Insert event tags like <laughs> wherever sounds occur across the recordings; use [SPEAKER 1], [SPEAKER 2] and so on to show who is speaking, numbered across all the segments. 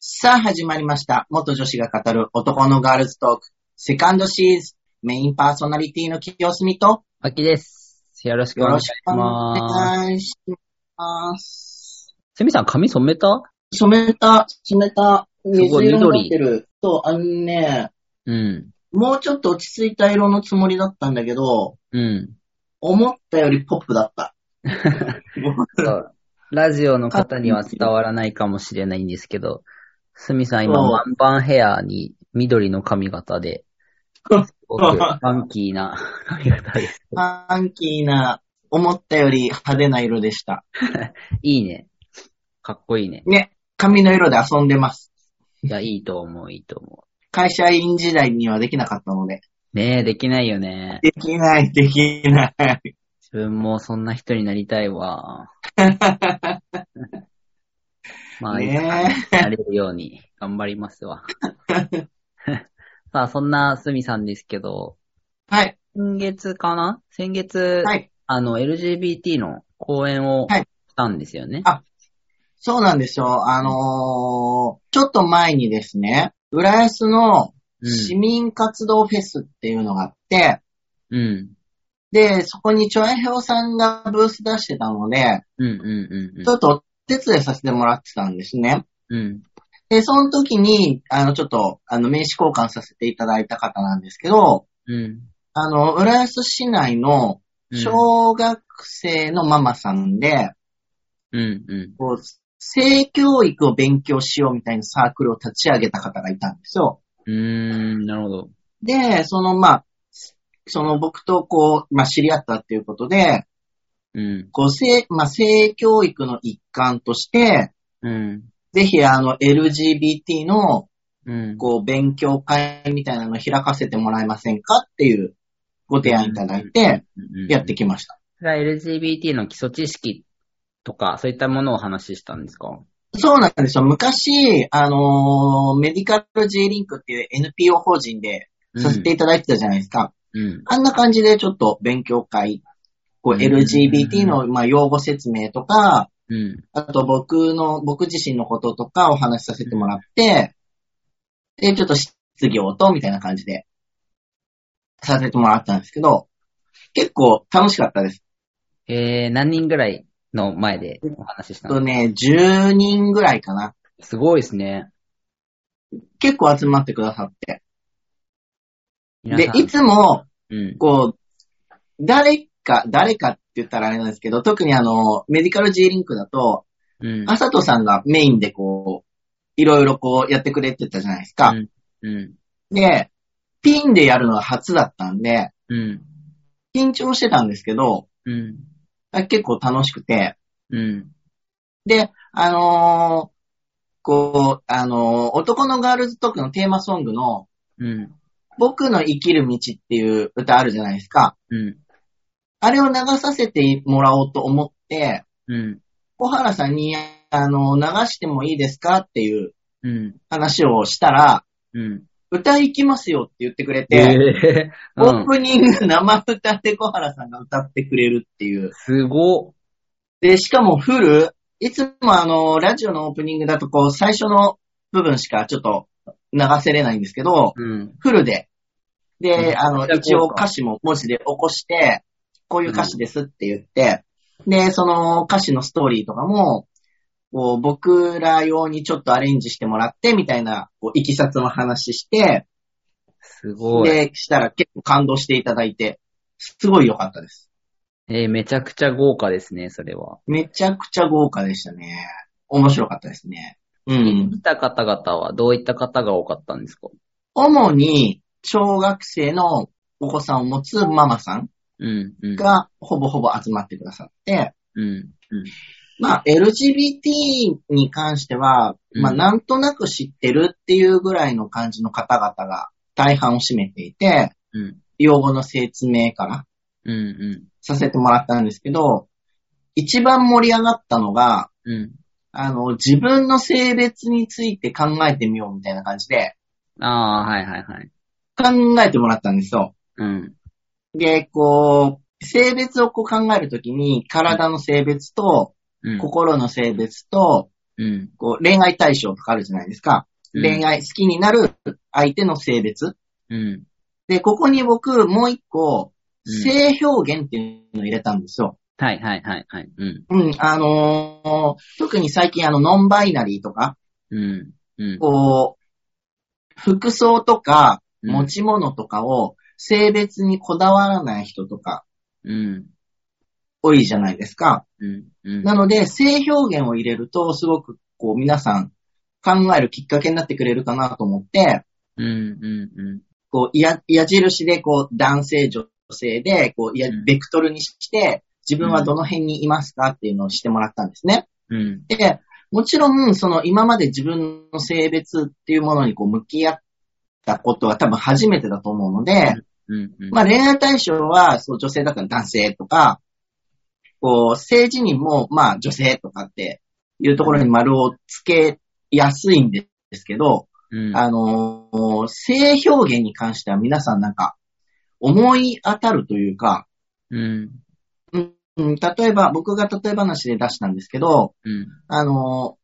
[SPEAKER 1] さあ始まりました。元女子が語る男のガールズトーク、セカンドシリーズン、メインパーソナリティの清澄と、
[SPEAKER 2] あきです。よろしく
[SPEAKER 1] よ
[SPEAKER 2] お
[SPEAKER 1] ろ
[SPEAKER 2] 願い
[SPEAKER 1] し
[SPEAKER 2] し
[SPEAKER 1] くお
[SPEAKER 2] ます。
[SPEAKER 1] 願いします。
[SPEAKER 2] セミさん髪染めた
[SPEAKER 1] 染めた、染めた、水色になってる。そう、あのね、
[SPEAKER 2] うん。
[SPEAKER 1] もうちょっと落ち着いた色のつもりだったんだけど、
[SPEAKER 2] うん。
[SPEAKER 1] 思ったよりポップだった。
[SPEAKER 2] そうラジオの方には伝わらないかもしれないんですけど、セミさん今
[SPEAKER 1] そう
[SPEAKER 2] ワンパンヘアに緑の髪型で、すごくファンキーな髪型です。
[SPEAKER 1] ファンキーな、思ったより派手な色でした。
[SPEAKER 2] いいね。かっこいいね。
[SPEAKER 1] ね、髪の色で遊んでます。
[SPEAKER 2] いや、いいと思う、いいと思
[SPEAKER 1] 会社員時代にはできなかったので。
[SPEAKER 2] う。ねえ、できないよね。
[SPEAKER 1] できない、できない。
[SPEAKER 2] 自分もそんな人になりた
[SPEAKER 1] <laughs>
[SPEAKER 2] いわ。まあ、いつか
[SPEAKER 1] ね
[SPEAKER 2] なれるように <laughs> 頑張りま
[SPEAKER 1] <laughs>
[SPEAKER 2] すわ。さあ、そんなすみさんですけど、
[SPEAKER 1] え。はい、
[SPEAKER 2] 今月かな先月、
[SPEAKER 1] はい。
[SPEAKER 2] あの、LGBT の講演を
[SPEAKER 1] はい
[SPEAKER 2] したんですよね。
[SPEAKER 1] あそうなんですよ。あのーちょっと前にですね、浦安の市民活動フェスっていうのがあって、
[SPEAKER 2] うん。うん。
[SPEAKER 1] で、そこにチョエヘオさんがブース出してたので、
[SPEAKER 2] うんうんうん
[SPEAKER 1] ちょっとお手伝いさせてもらってたんですね。
[SPEAKER 2] うん。うん。
[SPEAKER 1] で、その時に、あの、ちょっと、あの、名刺交換させていただいた方なんですけど、
[SPEAKER 2] うん。
[SPEAKER 1] あの、浦安市内の
[SPEAKER 2] うん
[SPEAKER 1] 小学生のママさんで、
[SPEAKER 2] うんうん。
[SPEAKER 1] こう、性教育を勉強しようみたいなサークルを立ち上げた方がいたんですよ。
[SPEAKER 2] うーん、なるほど。
[SPEAKER 1] で、その、まあ、その僕とこう、まあ知り合ったっていうことで、
[SPEAKER 2] うん。
[SPEAKER 1] こう、性、まあ性教育の一環として、
[SPEAKER 2] うん。
[SPEAKER 1] ぜひあの LGBT の
[SPEAKER 2] うん。
[SPEAKER 1] こう勉強会みたいなのを開かせてもらえませんかっていうご提案いただいてやって
[SPEAKER 2] き
[SPEAKER 1] きました。
[SPEAKER 2] が LGBT の基礎知識とか、そういったものをお話ししたんですか
[SPEAKER 1] そうなんですよ。昔、あのーメディカル J リンクっていう NPO 法人でさせていただいてたじゃないですか。
[SPEAKER 2] うん。
[SPEAKER 1] あんな感じでちょっと勉強会、こう
[SPEAKER 2] うん
[SPEAKER 1] LGBT のまあ用語説明とか、
[SPEAKER 2] うん。
[SPEAKER 1] あと僕の、僕自身のこととかお話しさせてもらって、で、ちょっと質疑応答みたいな感じでさせてもらったんですけど、結構楽しかったです。
[SPEAKER 2] えー、何人ぐらいの前でお話しした
[SPEAKER 1] あと
[SPEAKER 2] の
[SPEAKER 1] ね、10人ぐらいかな。
[SPEAKER 2] すごいですね。
[SPEAKER 1] 結構集まってくださって。
[SPEAKER 2] 皆
[SPEAKER 1] で
[SPEAKER 2] さ、ん
[SPEAKER 1] いつも、
[SPEAKER 2] うん。
[SPEAKER 1] こう、誰か、誰かって言ったらあれなんですけど、特にあの、メディカル G リンクだと、
[SPEAKER 2] うん。
[SPEAKER 1] あさとさんがメインでこう、いろいろこうやってくれてたじゃないですか。
[SPEAKER 2] うん。
[SPEAKER 1] で、ピンでやるのは初だったんで、
[SPEAKER 2] うん。
[SPEAKER 1] 緊張してたんですけど、
[SPEAKER 2] うん。
[SPEAKER 1] 結構楽しくて、
[SPEAKER 2] うん。
[SPEAKER 1] で、あのーこう、あのー男のガールズトークのテーマソングの、
[SPEAKER 2] うん。
[SPEAKER 1] 僕の生きる道っていう歌あるじゃないですか。
[SPEAKER 2] うん。
[SPEAKER 1] あれを流させてもらおうと思って、
[SPEAKER 2] うん。
[SPEAKER 1] 小原さんに、あの、流してもいいですかっていう
[SPEAKER 2] うん。
[SPEAKER 1] 話をしたら、
[SPEAKER 2] うん。
[SPEAKER 1] 歌いきますよって言ってくれ
[SPEAKER 2] え
[SPEAKER 1] て、<laughs>
[SPEAKER 2] ー、
[SPEAKER 1] オ
[SPEAKER 2] う
[SPEAKER 1] ー
[SPEAKER 2] ん。
[SPEAKER 1] プニング生歌で小原さんが歌ってくれるっていう。
[SPEAKER 2] すごっ。
[SPEAKER 1] で、しかもフル、いつもあの、ラジオのオープニングだとこう、最初の部分しかちょっと流せれないんですけど、
[SPEAKER 2] うん。
[SPEAKER 1] フルで。
[SPEAKER 2] う
[SPEAKER 1] で、
[SPEAKER 2] ん
[SPEAKER 1] あの、
[SPEAKER 2] じゃあ
[SPEAKER 1] 一応
[SPEAKER 2] こうか
[SPEAKER 1] 歌詞も文字で起こして、こういう歌詞ですって言って、で、その歌詞のストーリーとかも、こう僕ら用にちょっとアレンジしてもらって、みたいな、こう、いきさつの話して、
[SPEAKER 2] すごい。
[SPEAKER 1] で、したら結構感動していただいて、すごい良かったです。
[SPEAKER 2] えー、めちゃくちゃ豪華ですね、それは。
[SPEAKER 1] めちゃくちゃ豪華でしたね。面白かったですね。うん。
[SPEAKER 2] 来た方々はどういった方が多かったんですか
[SPEAKER 1] 主に、小学生のお子さんを持つママさん
[SPEAKER 2] うん。うん。
[SPEAKER 1] が、ほぼほぼ集まってくださって、
[SPEAKER 2] うん。うん。
[SPEAKER 1] まあ、LGBT に関しては、
[SPEAKER 2] うん
[SPEAKER 1] まあ、なんとなく知ってるっていうぐらいの感じの方々が大半を占めていて、
[SPEAKER 2] うん。
[SPEAKER 1] 用語の説明から
[SPEAKER 2] うん。う
[SPEAKER 1] させてもらったんですけど、一番盛り上がったのが、
[SPEAKER 2] ん。うん。
[SPEAKER 1] あの、自分の性別について考えてみようみたいな感じで、
[SPEAKER 2] ああ、はいはいはい。
[SPEAKER 1] 考えてもらったんですよ。
[SPEAKER 2] うん。
[SPEAKER 1] で、こう、性別をこう考えるときに、体の性別と、
[SPEAKER 2] うん。
[SPEAKER 1] 心の性別と、
[SPEAKER 2] うん。
[SPEAKER 1] こう、恋愛対象とかあるじゃないですか。
[SPEAKER 2] うん
[SPEAKER 1] 恋愛、好きになる相手の性別。
[SPEAKER 2] うん。
[SPEAKER 1] で、ここに僕、もう一個、
[SPEAKER 2] うん
[SPEAKER 1] 性表現っていうのを入れたんですよ。
[SPEAKER 2] はいはいはいはい。うん。
[SPEAKER 1] うん、あのー特に最近あの、ノンバイナリーとか、
[SPEAKER 2] うん。うん。
[SPEAKER 1] こう、服装とか、
[SPEAKER 2] うん
[SPEAKER 1] 持ち物とかを、性別にこだわらない人とか、
[SPEAKER 2] うん。
[SPEAKER 1] 多いじゃないですか。
[SPEAKER 2] うん。うん。
[SPEAKER 1] なので、性表現を入れると、すごく、こう、皆さん、考えるきっかけになってくれるかなと思って、
[SPEAKER 2] うん。うん。うん。
[SPEAKER 1] こう、矢矢印で、こう、男性、女性で、こう、や
[SPEAKER 2] うん
[SPEAKER 1] ベクトルにして、自分はどの辺にいますかっていうのをしてもらったんですね。
[SPEAKER 2] うん。
[SPEAKER 1] で、もちろん、その今まで自分の性別っていうものにこう向き合ったことは多分初めてだと思うので、
[SPEAKER 2] うん。うん。
[SPEAKER 1] まあ恋愛対象はそう女性だから男性とか、こう政治人もまあ女性とかっていうところに丸をつけやすいんですけど、
[SPEAKER 2] うん。
[SPEAKER 1] あのー性表現に関しては皆さんなんか思い当たるというか、
[SPEAKER 2] うん。
[SPEAKER 1] うん、例えば、僕が例え話で出したんですけど、
[SPEAKER 2] うん。
[SPEAKER 1] あの、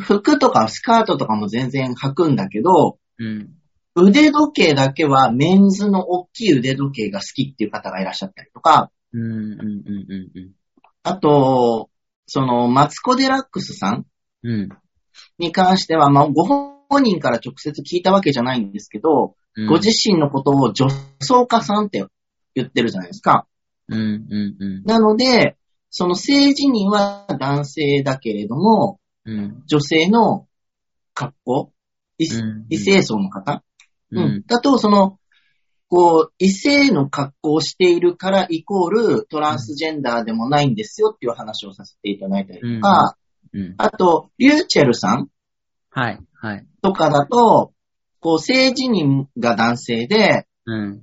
[SPEAKER 1] 服とかスカートとかも全然履くんだけど、
[SPEAKER 2] うん。
[SPEAKER 1] 腕時計だけはメンズの大きい腕時計が好きっていう方がいらっしゃったりとか、
[SPEAKER 2] うん。うん。うん。うん。
[SPEAKER 1] あと、その、マツコデラックスさん
[SPEAKER 2] うん。
[SPEAKER 1] に関しては、まあ、ご本人から直接聞いたわけじゃないんですけど、
[SPEAKER 2] うん。
[SPEAKER 1] ご自身のことを女装家さんって言ってるじゃないですか。
[SPEAKER 2] うん。うん。うん。
[SPEAKER 1] なので、その性自認は男性だけれども、
[SPEAKER 2] うん。
[SPEAKER 1] 女性の格好、異異性層の方、う
[SPEAKER 2] う
[SPEAKER 1] んん。。だと、その、こう、異性の格好をしているからイコールトランスジェンダーでもないんですよっていう話をさせていただいたりとか、
[SPEAKER 2] うん。
[SPEAKER 1] あと、リューチェルさん
[SPEAKER 2] はい。はい。
[SPEAKER 1] とかだと、こう、性自認が男性で、
[SPEAKER 2] うん。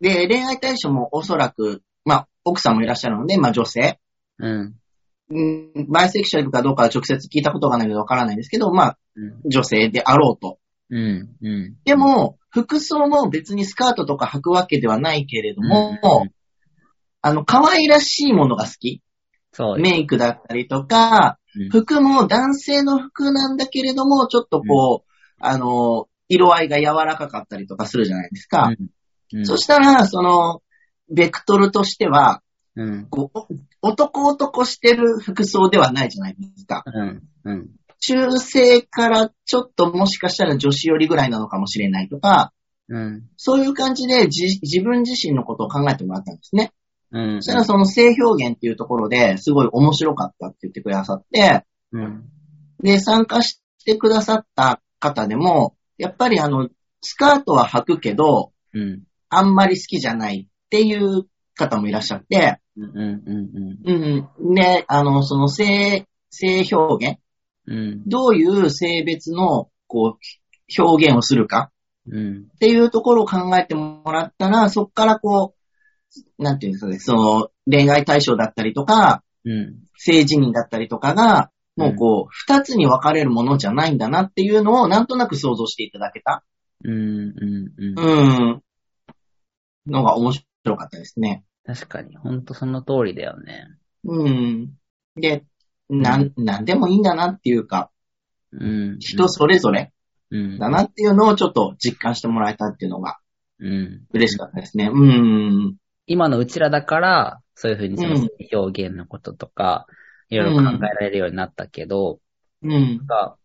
[SPEAKER 1] で、恋愛対象もおそらく、まあ、奥さんもいらっしゃるので、まあ、女性。
[SPEAKER 2] うん。
[SPEAKER 1] うん、バイセクシャルかどうかは直接聞いたことがないのでわからないんですけど、まあ、
[SPEAKER 2] うん。
[SPEAKER 1] 女性であろうと。
[SPEAKER 2] うん。うん。
[SPEAKER 1] でも、服装も別にスカートとか履くわけではないけれど
[SPEAKER 2] うん、
[SPEAKER 1] も、
[SPEAKER 2] うん
[SPEAKER 1] あの、可愛らしいものが好き。
[SPEAKER 2] そう。
[SPEAKER 1] メイクだったりとか
[SPEAKER 2] うん、
[SPEAKER 1] 服も男性の服なんだけれども、ちょっとこう、あの、色合いが柔らかかったりとかするじゃないですか。
[SPEAKER 2] うん。
[SPEAKER 1] そしたら、その、ベクトルとしては、
[SPEAKER 2] うん。
[SPEAKER 1] こうお男男してる服装ではないじゃないですか。
[SPEAKER 2] うん。うん。
[SPEAKER 1] 中性からちょっともしかしたら女子寄りぐらいなのかもしれないとか、
[SPEAKER 2] うん。
[SPEAKER 1] そういう感じでじ自分自身のことを考えてもらったんですね。
[SPEAKER 2] うん。
[SPEAKER 1] そしたらその性表現っていうところですごい面白かったって言ってくださって、
[SPEAKER 2] うん。
[SPEAKER 1] で、参加してくださった方でも、やっぱりあの、スカートは履くけど、
[SPEAKER 2] うん。
[SPEAKER 1] あんまり好きじゃないっていう方もいらっしゃって、
[SPEAKER 2] うん。うん。
[SPEAKER 1] うん、ね、あの、その性、性表現、
[SPEAKER 2] うん。
[SPEAKER 1] どういう性別の、こう、表現をするか
[SPEAKER 2] うん。
[SPEAKER 1] っていうところを考えてもらったら、そっからこう、なんていうんですかね、その、恋愛対象だったりとか、
[SPEAKER 2] うん。
[SPEAKER 1] 性自認だったりとかが、もうこう、二つに分かれるものじゃないんだなっていうのをなんとなく想像していただけた。
[SPEAKER 2] うん。うん。
[SPEAKER 1] うん。のが面白かったですね。
[SPEAKER 2] 確かに、ほんとその通りだよね。
[SPEAKER 1] うん。で、なん、なんでもいいんだなっていうか、
[SPEAKER 2] うん。
[SPEAKER 1] 人それぞれ
[SPEAKER 2] うん。
[SPEAKER 1] だなっていうのをちょっと実感してもらえたっていうのが
[SPEAKER 2] うん。
[SPEAKER 1] 嬉しかったですね。うん。
[SPEAKER 2] 今のうちらだから、そういうふうにその表現のこととか、いろいろ考えられるようになったけど、
[SPEAKER 1] うん。
[SPEAKER 2] が、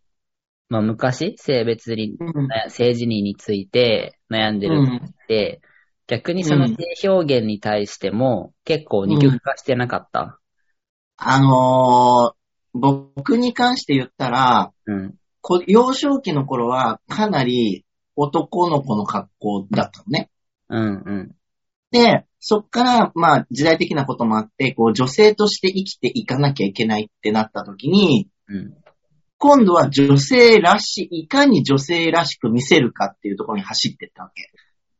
[SPEAKER 2] まあ昔、性別に、
[SPEAKER 1] うん。
[SPEAKER 2] 性自認について悩んでるのって、逆にその性表現に対しても結構二極化してなかった。
[SPEAKER 1] あのー僕に関して言ったら、
[SPEAKER 2] うん。
[SPEAKER 1] こ幼少期の頃はかなり男の子の格好だったのね。
[SPEAKER 2] うん、うん、
[SPEAKER 1] で、そっから、まあ、時代的なこともあって、こう、女性として生きていかなきゃいけないってなった時に、
[SPEAKER 2] うん。
[SPEAKER 1] 今度は女性らしい、いかに女性らしく見せるかっていうところに走ってったわけ。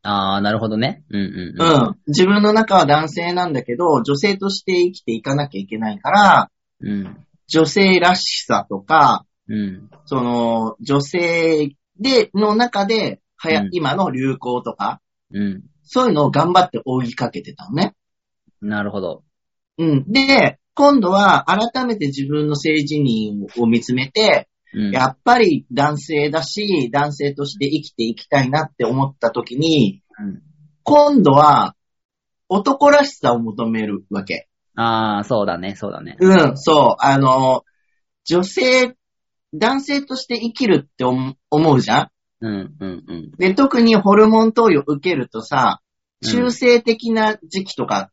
[SPEAKER 2] ああ、なるほどね。うん、うん、うん。
[SPEAKER 1] うん。自分の中は男性なんだけど、女性として生きていかなきゃいけないから、
[SPEAKER 2] うん、
[SPEAKER 1] 女性らしさとか、
[SPEAKER 2] うん、
[SPEAKER 1] その、女性で、の中で、はや
[SPEAKER 2] うん
[SPEAKER 1] 今の流行とか、
[SPEAKER 2] う
[SPEAKER 1] そういうのを頑張って追いかけてたのね。
[SPEAKER 2] ん。なるほど。
[SPEAKER 1] うん。で、今度は改めて自分の性自認を見つめて、
[SPEAKER 2] うん。
[SPEAKER 1] やっぱり男性だし、男性として生きていきたいなって思った時に、
[SPEAKER 2] うん
[SPEAKER 1] 今度は男らしさを求めるわけ。
[SPEAKER 2] ああ、そうだね、そうだね。
[SPEAKER 1] うん、そう。あの、女性、男性として生きるって思思うじゃん
[SPEAKER 2] うん、うん、うん。
[SPEAKER 1] で、特にホルモン投与受けるとさ、
[SPEAKER 2] うん
[SPEAKER 1] 中性的な時期とか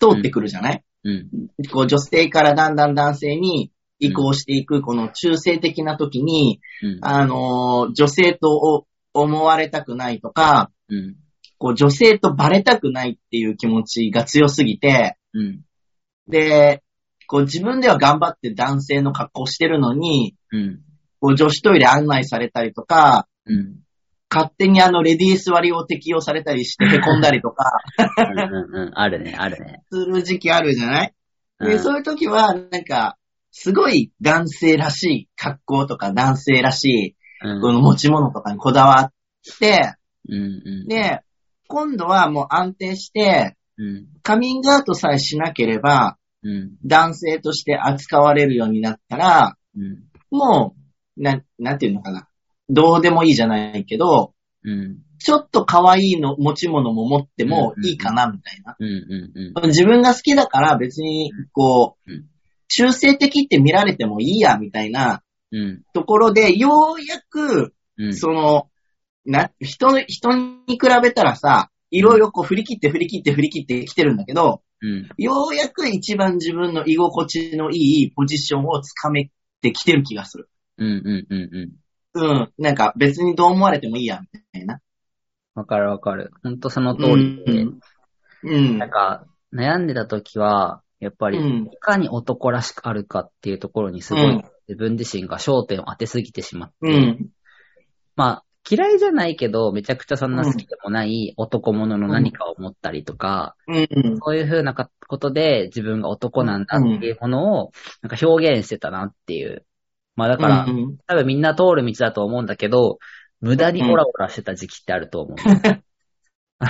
[SPEAKER 1] 通ってくるじゃない、
[SPEAKER 2] うん、
[SPEAKER 1] こう女性からだんだん男性に移行していく、この中性的な時に、
[SPEAKER 2] うん、
[SPEAKER 1] あのー女性と思われたくないとか、
[SPEAKER 2] うん、
[SPEAKER 1] こう女性とバレたくないっていう気持ちが強すぎて、
[SPEAKER 2] うん、
[SPEAKER 1] で、こう自分では頑張って男性の格好してるのに、
[SPEAKER 2] うん、
[SPEAKER 1] こう女子トイレ案内されたりとか、
[SPEAKER 2] うん。
[SPEAKER 1] 勝手にあのレディース割を適用されたりして凹んだりとか
[SPEAKER 2] うんうんうん、あるね、あるね。
[SPEAKER 1] する時期あるじゃない
[SPEAKER 2] うん
[SPEAKER 1] で、そういう時は、なんか、すごい男性らしい格好とか男性らしい、
[SPEAKER 2] うん
[SPEAKER 1] この持ち物とかにこだわって、
[SPEAKER 2] うんうん、
[SPEAKER 1] で、今度はもう安定して、
[SPEAKER 2] うん、
[SPEAKER 1] カミングアウトさえしなければ、
[SPEAKER 2] うん、
[SPEAKER 1] 男性として扱われるようになったら、
[SPEAKER 2] うん、
[SPEAKER 1] もう、なん、なんていうのかな。どうでもいいじゃないけど、
[SPEAKER 2] うん、
[SPEAKER 1] ちょっと可愛いの、持ち物も持ってもいいかな、みたいな。
[SPEAKER 2] うん、うん、
[SPEAKER 1] 自分が好きだから別に、こう
[SPEAKER 2] うん、
[SPEAKER 1] 中性的って見られてもいいや、みたいな
[SPEAKER 2] うん、
[SPEAKER 1] ところで、ようやく、
[SPEAKER 2] うん、
[SPEAKER 1] その、な、人の、人に比べたらさ、いろいろこう振り切って振り切って振り切ってきてるんだけど、
[SPEAKER 2] うん、
[SPEAKER 1] ようやく一番自分の居心地のいいポジションをつかめてきてる気がする。
[SPEAKER 2] うん、うん、うん、うん。
[SPEAKER 1] うん。なんか別にどう思われてもいいや、みたいな。
[SPEAKER 2] わかるわかる。ほんとその通りで、
[SPEAKER 1] うん。うん
[SPEAKER 2] なん。か、悩んでた時は、やっぱり、
[SPEAKER 1] うん
[SPEAKER 2] いかに男らしくあるかっていうところにすごい、
[SPEAKER 1] うん
[SPEAKER 2] 自分自身が焦点を当てすぎてしまって、
[SPEAKER 1] うん。
[SPEAKER 2] まあ、嫌いじゃないけど、めちゃくちゃそんな好きでもない男物の何かを持ったりとか、
[SPEAKER 1] うん。
[SPEAKER 2] そういうふうなかことで自分が男なんだっていうものを、なんか表現してたなっていう。まあだから、
[SPEAKER 1] うん
[SPEAKER 2] 多分みんな通る道だと思うんだけど、無駄にオラオラしてた時期ってあると思う。 <laughs>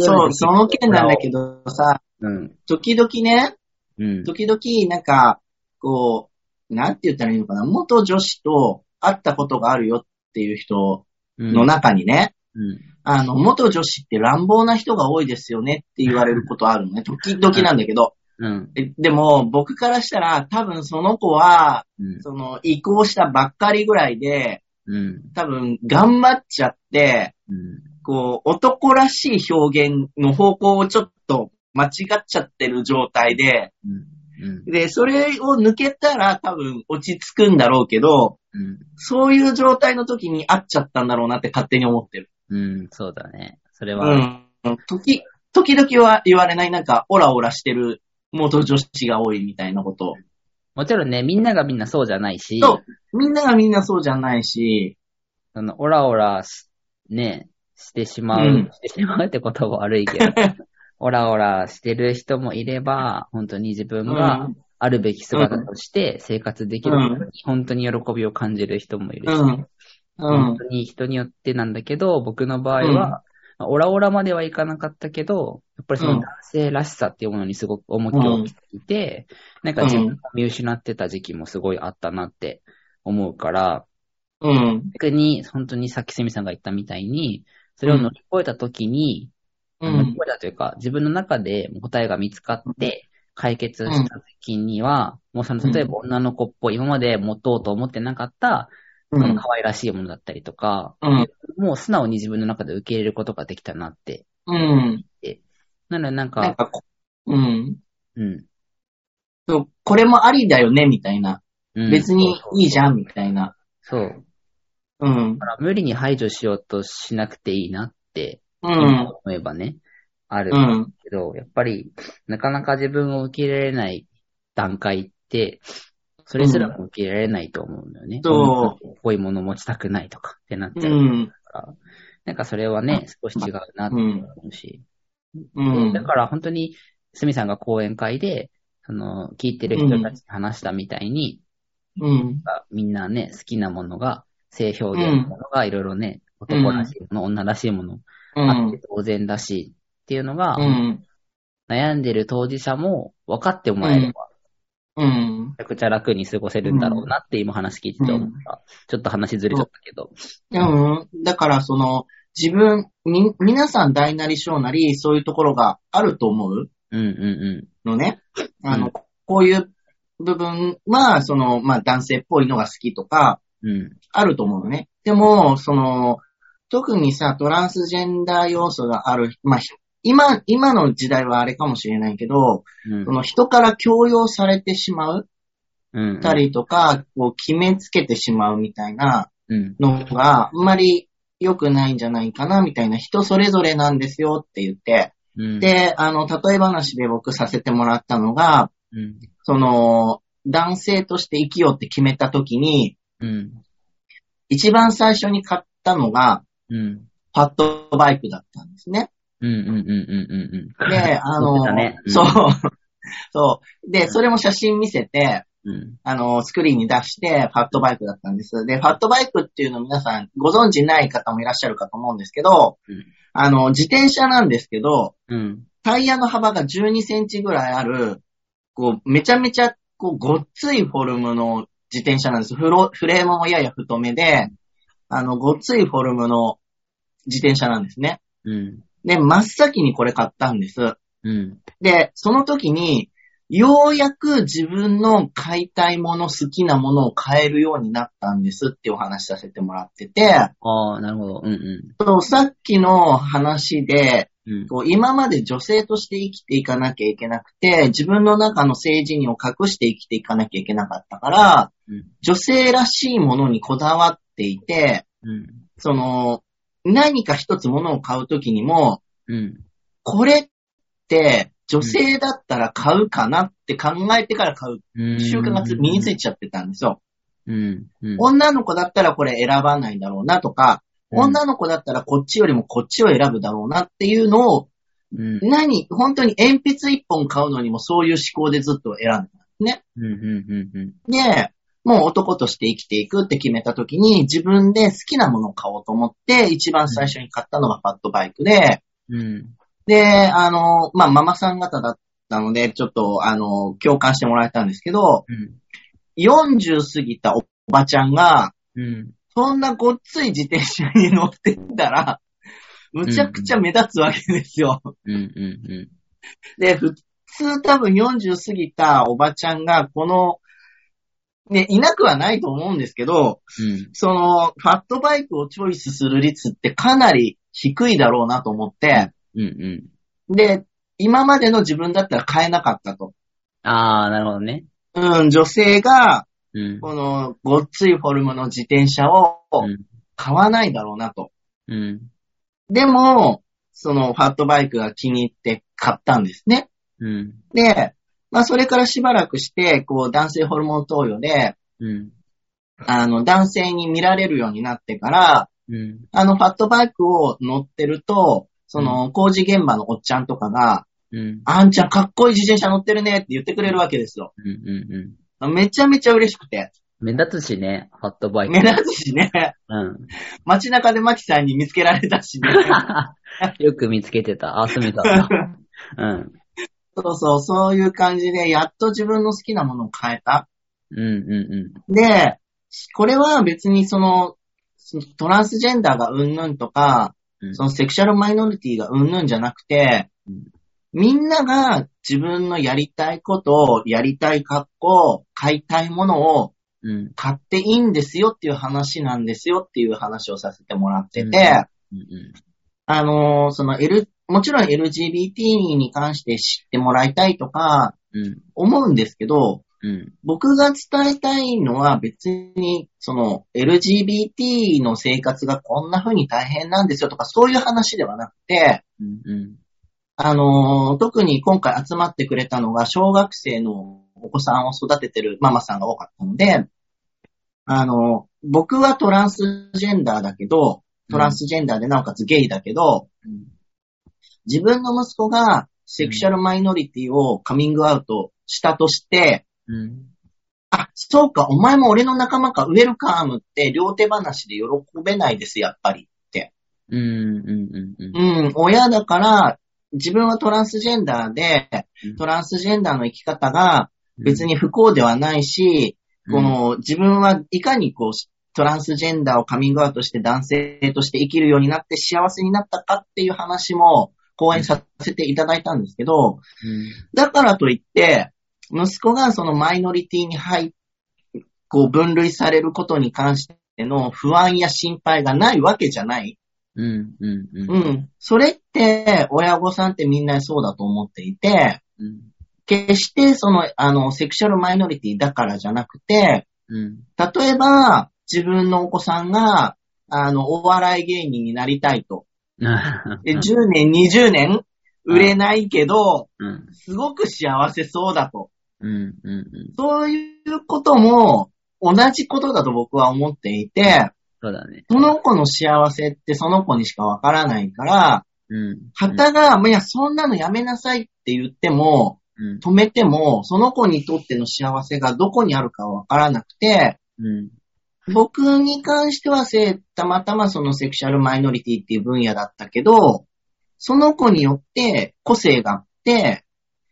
[SPEAKER 1] そう、その件なんだけどさ、
[SPEAKER 2] うん。
[SPEAKER 1] 時々ね、
[SPEAKER 2] うん。
[SPEAKER 1] 時々、なんか、こう、なんて言ったらいいのかな、元女子と会ったことがあるよっていう人
[SPEAKER 2] うん。
[SPEAKER 1] の中にね、
[SPEAKER 2] うん。
[SPEAKER 1] あの、元女子って乱暴な人が多いですよねって言われることあるのね、時々なんだけど。
[SPEAKER 2] うん。
[SPEAKER 1] えでも、僕からしたら、多分その子は、
[SPEAKER 2] うん。
[SPEAKER 1] その、移行したばっかりぐらいで、
[SPEAKER 2] うん。
[SPEAKER 1] 多分、頑張っちゃって、
[SPEAKER 2] うん。
[SPEAKER 1] こう、男らしい表現の方向をちょっと間違っちゃってる状態で、
[SPEAKER 2] うん。うん。
[SPEAKER 1] で、それを抜けたら多分落ち着くんだろうけど、
[SPEAKER 2] うん。
[SPEAKER 1] そういう状態の時に会っちゃったんだろうなって勝手に思ってる。
[SPEAKER 2] うん。そうだね。それ
[SPEAKER 1] う
[SPEAKER 2] はある、
[SPEAKER 1] ん。時、時々は言われない、なんか、オラオラしてる元女子が多いみたいなこと。
[SPEAKER 2] もちろんね、みんながみんなそうじゃないし、
[SPEAKER 1] そうみんながみんなそうじゃないし、
[SPEAKER 2] その、オラオラし、ね、してしまう、
[SPEAKER 1] うん
[SPEAKER 2] してしまうって言葉悪いけど、オラオラしてる人もいれば、本当に自分
[SPEAKER 1] う
[SPEAKER 2] が
[SPEAKER 1] ん
[SPEAKER 2] あるべき姿として生活できることに、
[SPEAKER 1] う
[SPEAKER 2] 本当に喜びを感じる人もいる
[SPEAKER 1] う
[SPEAKER 2] し、
[SPEAKER 1] ん。うん
[SPEAKER 2] 本。当に人によってなんだけど、僕の場合は、まあオラオラまではいかなかったけど、やっぱりその
[SPEAKER 1] うん
[SPEAKER 2] 男性らしさっていうものにすごく重きを置いていて、なんか自分が見失ってた時期もすごいあったなって思うから、
[SPEAKER 1] うん。
[SPEAKER 2] 逆に、本当にさっきセミさんが言ったみたいに、それを乗り越えた時に、
[SPEAKER 1] う
[SPEAKER 2] 乗り越
[SPEAKER 1] ん。
[SPEAKER 2] えたというか、自分の中で答えが見つかって、解決した時には、もうその、例えば女の子っぽい、今まで持とうと思ってなかった、
[SPEAKER 1] う
[SPEAKER 2] その
[SPEAKER 1] ん。
[SPEAKER 2] 可愛らしいものだったりとか、
[SPEAKER 1] うん。
[SPEAKER 2] もう素直に自分の中で受け入れることができたなって。
[SPEAKER 1] うん。
[SPEAKER 2] なのでなんか、
[SPEAKER 1] なんかこ、うん。
[SPEAKER 2] うん。
[SPEAKER 1] そうこれもありだよね、みたいな。
[SPEAKER 2] うん
[SPEAKER 1] 別にいいじゃん、みたいな。
[SPEAKER 2] そう。
[SPEAKER 1] うん
[SPEAKER 2] だ。から無理に排除しようとしなくていいなって、
[SPEAKER 1] うん。
[SPEAKER 2] 思えばね、ある
[SPEAKER 1] うん。
[SPEAKER 2] けど、やっぱり、なかなか自分を受け入れられない段階って、それすらも受け入れられないと思うんだよね。
[SPEAKER 1] そう
[SPEAKER 2] う。こういうもの持ちたくないとかってなっ
[SPEAKER 1] う。
[SPEAKER 2] ちゃうんから、なんかそれはね、少し違うなって思うし。
[SPEAKER 1] うん。
[SPEAKER 2] だから本当に、すみさんが講演会で、その、聞いてる人たちに話したみたいに、
[SPEAKER 1] うん。
[SPEAKER 2] みんなね、好きなものが、性表現のものがいろいろね、男らしいもの、女らしいもの、
[SPEAKER 1] う
[SPEAKER 2] あっ
[SPEAKER 1] ん
[SPEAKER 2] て。当然だし、っていうのが、
[SPEAKER 1] うん。
[SPEAKER 2] 悩んでる当事者も分かってもらえれば、
[SPEAKER 1] うん。
[SPEAKER 2] めちゃくちゃ楽に過ごせるんだろうなって今話聞いてて思った。ちょっと話ずれちゃったけど。
[SPEAKER 1] うん。だから、その、自分、み、皆さん大なり小なり、そういうところがあると思う
[SPEAKER 2] うんう
[SPEAKER 1] のね。あの、
[SPEAKER 2] うん
[SPEAKER 1] こういう部分は、その、まあ、男性っぽいのが好きとか、
[SPEAKER 2] んうん。うん。
[SPEAKER 1] あると思うのね。でも、その、特にさ、トランスジェンダー要素がある、まあ、ひ今、今の時代はあれかもしれないけど、
[SPEAKER 2] うん
[SPEAKER 1] その人から強要されてしまう
[SPEAKER 2] うん。
[SPEAKER 1] たりとか、こう決めつけてしまうみたいな
[SPEAKER 2] うん。
[SPEAKER 1] のがあんまり良くないんじゃないかな、みたいな人それぞれなんですよって言って。
[SPEAKER 2] うん。
[SPEAKER 1] で、あの、例え話で僕させてもらったのが、
[SPEAKER 2] うん、
[SPEAKER 1] その、男性として生きようって決めた時に、
[SPEAKER 2] うん。
[SPEAKER 1] 一番最初に買ったのが、
[SPEAKER 2] うん。
[SPEAKER 1] ファットバイクだったんですね。
[SPEAKER 2] うん。うん。うん。うん。うん。
[SPEAKER 1] で、あ
[SPEAKER 2] 乗って
[SPEAKER 1] の、
[SPEAKER 2] たねうん
[SPEAKER 1] そう、そう。で、それも写真見せて、
[SPEAKER 2] うん。
[SPEAKER 1] あの、スクリーンに出して、ファットバイクだったんです。で、ファットバイクっていうの皆さんご存知ない方もいらっしゃるかと思うんですけど、
[SPEAKER 2] うん
[SPEAKER 1] あの、自転車なんですけど、
[SPEAKER 2] うん。
[SPEAKER 1] タイヤの幅が12センチぐらいある、こう、めちゃめちゃ、こう、ごっついフォルムの自転車なんです。フロフレームもやや太めで、あの、ごっついフォルムの自転車なんですね。
[SPEAKER 2] うん。
[SPEAKER 1] で、真っ先にこれ買ったんです。
[SPEAKER 2] うん。
[SPEAKER 1] で、その時に、ようやく自分の買いたいもの、好きなものを買えるようになったんですってお話しさせてもらってて、
[SPEAKER 2] ああ、なるほど。うんう
[SPEAKER 1] そうさっきの話で、
[SPEAKER 2] ん。うん。
[SPEAKER 1] こう今まで女性として生きていかなきゃいけなくて、自分の中の性自認を隠して生きていかなきゃいけなかったから、
[SPEAKER 2] うん
[SPEAKER 1] 女性らしいものにこだわっていて、
[SPEAKER 2] うん。
[SPEAKER 1] その、何か一つものを買う時にも、
[SPEAKER 2] うん。
[SPEAKER 1] これって女性だったら買うかなって考えてから買う
[SPEAKER 2] うん。
[SPEAKER 1] 習慣がつ身につい
[SPEAKER 2] て。
[SPEAKER 1] ちゃってたんですよ。
[SPEAKER 2] うん。うん。
[SPEAKER 1] 女の子だったらこれ選ばないだろうなとか、
[SPEAKER 2] うん
[SPEAKER 1] 女の子だったらこっちよりもこっちを選ぶだろうなっていうのを、
[SPEAKER 2] うん。
[SPEAKER 1] 何、本当に鉛筆一本買うのにもそういう思考でずっと選んだんですね。
[SPEAKER 2] うん。うん。うん。
[SPEAKER 1] で、もう男として生きていくって決めた時に自分で好きなものを買おうと思って一番最初に買ったのがファットバイクで、
[SPEAKER 2] うん。
[SPEAKER 1] で、あの、まあ、ママさん方だったので、ちょっと、あの、共感してもらえたんですけど、
[SPEAKER 2] うん。
[SPEAKER 1] 40過ぎたおばちゃんが、
[SPEAKER 2] うん。
[SPEAKER 1] そんなごっつい自転車に乗ってたら、むちゃくちゃ目立つわけですよ。
[SPEAKER 2] うん。うん。
[SPEAKER 1] で、普通多分40過ぎたおばちゃんが、この、ね、いなくはないと思うんですけど、
[SPEAKER 2] うん。
[SPEAKER 1] その、ファットバイクをチョイスする率ってかなり低いだろうなと思って、
[SPEAKER 2] うん。うん。
[SPEAKER 1] で、今までの自分だったら買えなかったと。
[SPEAKER 2] ああ、なるほどね。
[SPEAKER 1] うん、女性が、
[SPEAKER 2] うん。
[SPEAKER 1] この、ごっついフォルムの自転車を
[SPEAKER 2] うん
[SPEAKER 1] 買わないだろうなと。
[SPEAKER 2] うん。
[SPEAKER 1] でも、その、ファットバイクが気に入って買ったんですね。
[SPEAKER 2] うん。
[SPEAKER 1] で、まあ、それからしばらくして、こう、男性ホルモン投与で、
[SPEAKER 2] うん。
[SPEAKER 1] あの、男性に見られるようになってから、
[SPEAKER 2] うん。
[SPEAKER 1] あの、ファットバイクを乗ってると、その、工事現場のおっちゃんとかが、
[SPEAKER 2] うん。
[SPEAKER 1] あんちゃんかっこいい自転車乗ってるねって言ってくれるわけですよ。
[SPEAKER 2] うん。うん。
[SPEAKER 1] めちゃめちゃ嬉しくて。
[SPEAKER 2] 目立つしね、ファットバイク。
[SPEAKER 1] 目立つしね。
[SPEAKER 2] うん。
[SPEAKER 1] 街中でマキさんに見つけられた
[SPEAKER 2] <laughs>
[SPEAKER 1] しね。
[SPEAKER 2] よく見つけてた。あ、すみたんうん。
[SPEAKER 1] そうそう、そういう感じで、やっと自分の好きなものを変えた。
[SPEAKER 2] うん。う
[SPEAKER 1] で、これは別にその、そのトランスジェンダーがうんぬんとか、
[SPEAKER 2] ん。うん。
[SPEAKER 1] そのセクシャルマイノリティがうんぬんじゃなくて
[SPEAKER 2] うん、
[SPEAKER 1] みんなが自分のやりたいことを、やりたい格好、買いたいものを
[SPEAKER 2] うん。
[SPEAKER 1] 買っていいんですよっていう話なんですよっていう話をさせてもらってて、
[SPEAKER 2] うんうん。
[SPEAKER 1] あのーその、L、もちろん LGBT に関して知ってもらいたいとか
[SPEAKER 2] うん。
[SPEAKER 1] 思うんですけど、
[SPEAKER 2] うん。
[SPEAKER 1] 僕が伝えたいのは別に、その、LGBT の生活がこんな風に大変なんですよとか、そういう話ではなくて、
[SPEAKER 2] うん。うん。
[SPEAKER 1] あのー特に今回集まってくれたのが、小学生のお子さんを育ててるママさんが多かったので、あのー僕はトランスジェンダーだけど、トランスジェンダーでなおかつゲイだけど、自分の息子がセクシャルマイノリティをカミングアウトしたとして、
[SPEAKER 2] うん。
[SPEAKER 1] あ、そうか、お前も俺の仲間か、ウェルカームって両手話で喜べないです、やっぱり。
[SPEAKER 2] うん。うん。うん。
[SPEAKER 1] うん、親だから、自分はトランスジェンダーで
[SPEAKER 2] うん、
[SPEAKER 1] トランスジェンダーの生き方が、別に不幸ではないし、この自分はいかにこう、トランスジェンダーをカミングアウトして男性として生きるようになって幸せになったかっていう話も講演させていただいたんですけど、だからといって、息子がそのマイノリティに入っこう分類されることに関しての不安や心配がないわけじゃない。
[SPEAKER 2] うん、うん、うん、う、
[SPEAKER 1] うんん。それって、親御さんってみんなそうだと思っていて、
[SPEAKER 2] うん、
[SPEAKER 1] 決してその、あの、セクシャルマイノリティだからじゃなくて、
[SPEAKER 2] うん、
[SPEAKER 1] 例えば、自分のお子さんが、あの、お笑い芸人になりたいと。
[SPEAKER 2] うん、
[SPEAKER 1] で、10年、20年、売れないけど、
[SPEAKER 2] うん、
[SPEAKER 1] すごく幸せそうだと。
[SPEAKER 2] うん、うん、
[SPEAKER 1] そういうことも、同じことだと僕は思っていて、
[SPEAKER 2] そうだね。
[SPEAKER 1] その子の幸せってその子にしかわからないから、
[SPEAKER 2] うん。
[SPEAKER 1] 旗が、いや、そんなのやめなさいって言っても、
[SPEAKER 2] うん、
[SPEAKER 1] 止めても、その子にとっての幸せがどこにあるかわからなくて、
[SPEAKER 2] うん、
[SPEAKER 1] 僕に関してはせ、たまたまそのセクシャルマイノリティっていう分野だったけど、その子によって個性があって、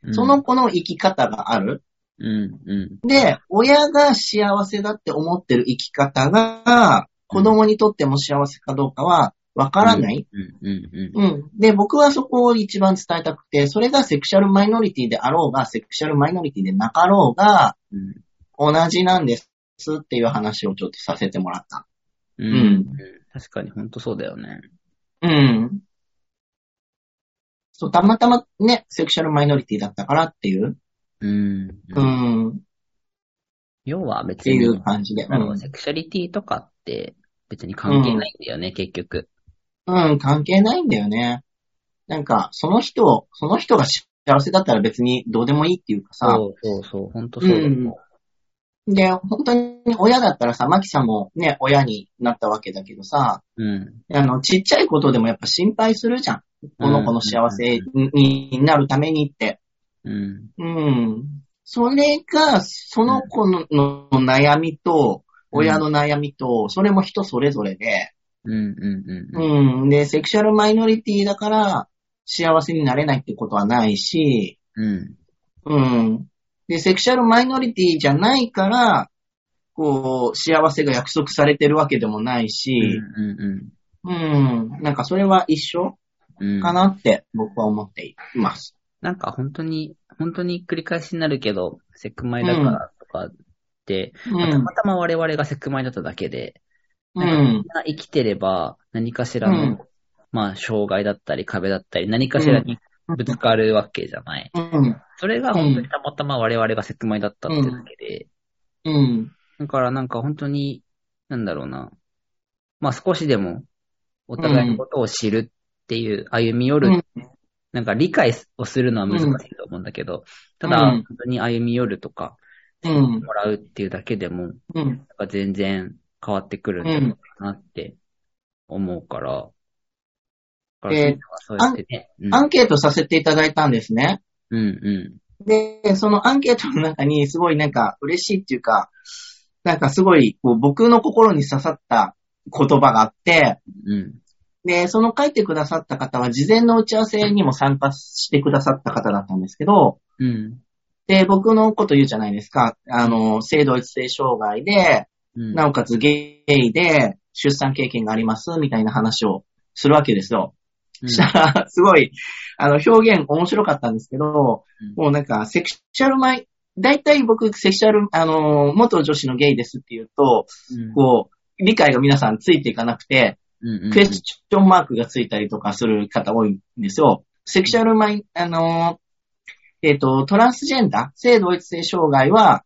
[SPEAKER 2] うん。
[SPEAKER 1] その子の生き方がある。
[SPEAKER 2] うん、う
[SPEAKER 1] で、親が幸せだって思ってる生き方が、子供にとっても幸せかどうかはわからない。
[SPEAKER 2] ん、うん、うん、
[SPEAKER 1] うん。で、僕はそこを一番伝えたくて、それがセクシャルマイノリティであろうが、セクシャルマイノリティでなかろうが、
[SPEAKER 2] うん。
[SPEAKER 1] 同じなんですっていう話をちょっとさせてもらった。
[SPEAKER 2] うんん。確かに、ほんとそうだよね。
[SPEAKER 1] うん。そう、たまたまね、セクシャルマイノリティだったからっていう、
[SPEAKER 2] うん。
[SPEAKER 1] うん、っ
[SPEAKER 2] 要は別
[SPEAKER 1] て
[SPEAKER 2] に
[SPEAKER 1] い、う感じで。う
[SPEAKER 2] あの
[SPEAKER 1] ん、
[SPEAKER 2] セクシャリティとかって別に関係ないんだよね、結局。
[SPEAKER 1] うん、関係ないんだよね。なんか、その人、その人が幸せだったら別にどうでもいいっていうかさ、
[SPEAKER 2] そうそうそう、ほんとそうだと思
[SPEAKER 1] で、本当に親だったらさ、マキさんもね、親になったわけだけどさ、
[SPEAKER 2] う。うん。
[SPEAKER 1] あの、ちっちゃいことでもやっぱ心配するじゃん。この子の幸せになるためにって。
[SPEAKER 2] うん。
[SPEAKER 1] うん。それが、その子のの悩みと、
[SPEAKER 2] うん
[SPEAKER 1] 親の悩みと、それも人それぞれで、
[SPEAKER 2] うんうんうん。
[SPEAKER 1] うん。で、セクシャルマイノリティだから、幸せになれないってことはないし、
[SPEAKER 2] うん。
[SPEAKER 1] うん。で、セクシャルマイノリティじゃないから、こう、幸せが約束されてるわけでもないし、
[SPEAKER 2] う
[SPEAKER 1] うん、なんかそれは一緒
[SPEAKER 2] んうん。
[SPEAKER 1] かなって僕は思っています。
[SPEAKER 2] なんか本当に、本当に繰り返しになるけど、セクマイだからとかって、
[SPEAKER 1] う
[SPEAKER 2] た
[SPEAKER 1] ん
[SPEAKER 2] ま。たま我々がセクマイだっただけで、
[SPEAKER 1] う
[SPEAKER 2] なん
[SPEAKER 1] ん。
[SPEAKER 2] か生きてれば何かしらの、
[SPEAKER 1] うん
[SPEAKER 2] まあ、障害だったり壁だったり、何かしらにぶつかるわけじゃない。
[SPEAKER 1] うん。
[SPEAKER 2] それが本当にたまたま我々がセクマイだったってだけで、
[SPEAKER 1] うん。
[SPEAKER 2] だからなんか本当に、なんだろうな。まあ少しでもお互いのことを知るっていう歩み寄る、
[SPEAKER 1] うん
[SPEAKER 2] なんか理解をするのは難しいと思うんだけど、ただ
[SPEAKER 1] うん
[SPEAKER 2] 本当に歩み寄るとか、
[SPEAKER 1] うん。
[SPEAKER 2] もらうっていうだけでも、なん
[SPEAKER 1] うん。
[SPEAKER 2] か全然変わってくるんじゃないかなって思うから、だから
[SPEAKER 1] えー
[SPEAKER 2] そういうのはそうやってね、うん
[SPEAKER 1] アンケートさせていただいたんですね。
[SPEAKER 2] うんう
[SPEAKER 1] で、そのアンケートの中にすごいなんか嬉しいっていうか、なんかすごいこう僕の心に刺さった言葉があって、
[SPEAKER 2] ん、うん、
[SPEAKER 1] で、その書いてくださった方は事前の打ち合わせにも参加してくださった方だったんですけど、
[SPEAKER 2] うん、
[SPEAKER 1] で、僕のこと言うじゃないですか。あの、性同一性障害で、
[SPEAKER 2] うん。
[SPEAKER 1] なおかつゲイで出産経験があります、みたいな話をするわけですよ。
[SPEAKER 2] うん
[SPEAKER 1] したら、すごい、あの、表現面白かったんですけど
[SPEAKER 2] うん、
[SPEAKER 1] もうなんか、セクシャルマイ、大体僕、セクシャル、あの、元女子のゲイですって言うと、
[SPEAKER 2] うん
[SPEAKER 1] こう、理解が皆さんついていかなくて、
[SPEAKER 2] うんうん
[SPEAKER 1] クエスチョンマークがついたりとかする方多いんですよ。セクシャルマイ、あのー、えっ、と、トランスジェンダー、性同一性障害は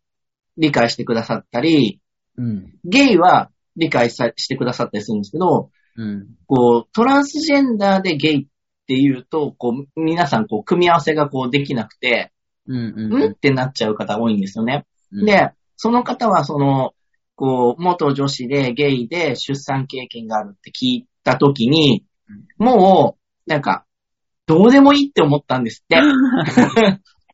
[SPEAKER 1] 理解してくださったり、
[SPEAKER 2] うん、
[SPEAKER 1] ゲイは理解さしてくださったりするんですけど、
[SPEAKER 2] うん。
[SPEAKER 1] こう、トランスジェンダーでゲイっていうと、こう、皆さん、こう、組み合わせがこうできなくて、
[SPEAKER 2] うんうん
[SPEAKER 1] うんってなっちゃう方多いんですよね。
[SPEAKER 2] うん。
[SPEAKER 1] で、その方は、その、こう、元女子でゲイで出産経験があるって聞いたときに、もう、なんか、どうでもいいって思ったんです
[SPEAKER 2] <laughs>
[SPEAKER 1] って。 <laughs>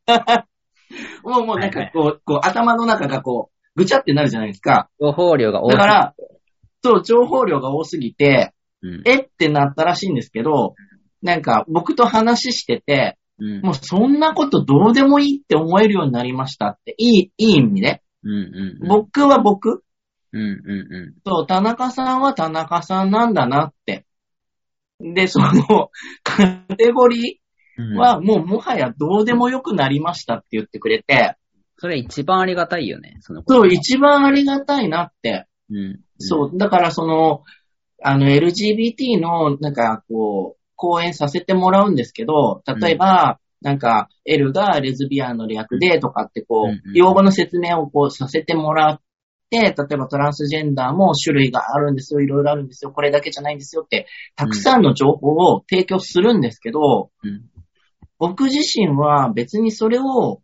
[SPEAKER 1] もう、もうなんかこう、こう、頭の中がこう、ぐちゃってなるじゃないですか。
[SPEAKER 2] 情報量が多い。
[SPEAKER 1] だか、ら、そう、情報量が多すぎて、
[SPEAKER 2] うん、
[SPEAKER 1] えってなったらしいんですけど、なんか僕と話してて、
[SPEAKER 2] うん。
[SPEAKER 1] もうそんなことどうでもいいって思えるようになりましたって、いい、いい意味ね。
[SPEAKER 2] うんうん。
[SPEAKER 1] 僕は僕
[SPEAKER 2] うんうんう
[SPEAKER 1] と、田中さんは田中さんなんだなって。で、その、カテゴリ
[SPEAKER 2] ん
[SPEAKER 1] ー
[SPEAKER 2] うん。
[SPEAKER 1] はもうもはやどうでもよくなりましたって言ってくれて、
[SPEAKER 2] それ一番ありがたいよね、その
[SPEAKER 1] そう、一番ありがたいなって。
[SPEAKER 2] うん。
[SPEAKER 1] そう、だからその、あの、LGBT の、なんか、こう、講演させてもらうんですけど、例えば、なんか、L がレズビアンの略でとかって、こ
[SPEAKER 2] うん
[SPEAKER 1] う
[SPEAKER 2] う、ん
[SPEAKER 1] 用語の説明をこうさせてもらって、例えばトランスジェンダーも種類があるんですよ、いろいろあるんですよ、これだけじゃないんですよって、たくさんの情報を提供するんですけど、
[SPEAKER 2] うん。
[SPEAKER 1] 僕自身は別にそれを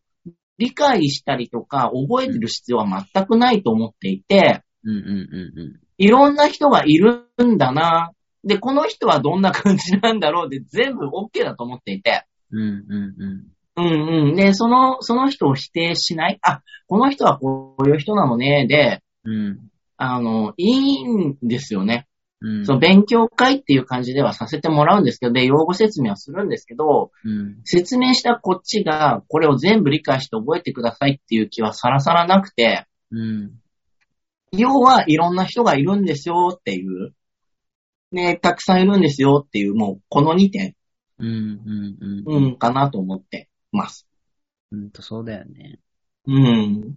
[SPEAKER 1] 理解したりとか、覚えてる必要は全くないと思っていて、
[SPEAKER 2] うんうんうんうん。
[SPEAKER 1] いろんな人がいるんだな。で、この人はどんな感じなんだろうで全部 OK だと思っていて。
[SPEAKER 2] うんうんうん。
[SPEAKER 1] うんうん。で、その、その人を否定しない。あ、この人はこういう人なのね。で、
[SPEAKER 2] うん。
[SPEAKER 1] あの、いいんですよね。
[SPEAKER 2] うん。
[SPEAKER 1] その勉強会っていう感じではさせてもらうんですけど、で、用語説明はするんですけど、
[SPEAKER 2] うん。
[SPEAKER 1] 説明したこっちがこれを全部理解して覚えてくださいっていう気はさらさらなくて、
[SPEAKER 2] うん。
[SPEAKER 1] 要はいろんな人がいるんですよっていう。ね、たくさんいるんですよっていう、もうこの2点、
[SPEAKER 2] うんうんうん。
[SPEAKER 1] う。ん、かなと思ってます。
[SPEAKER 2] うんと、そうだよね。
[SPEAKER 1] うん。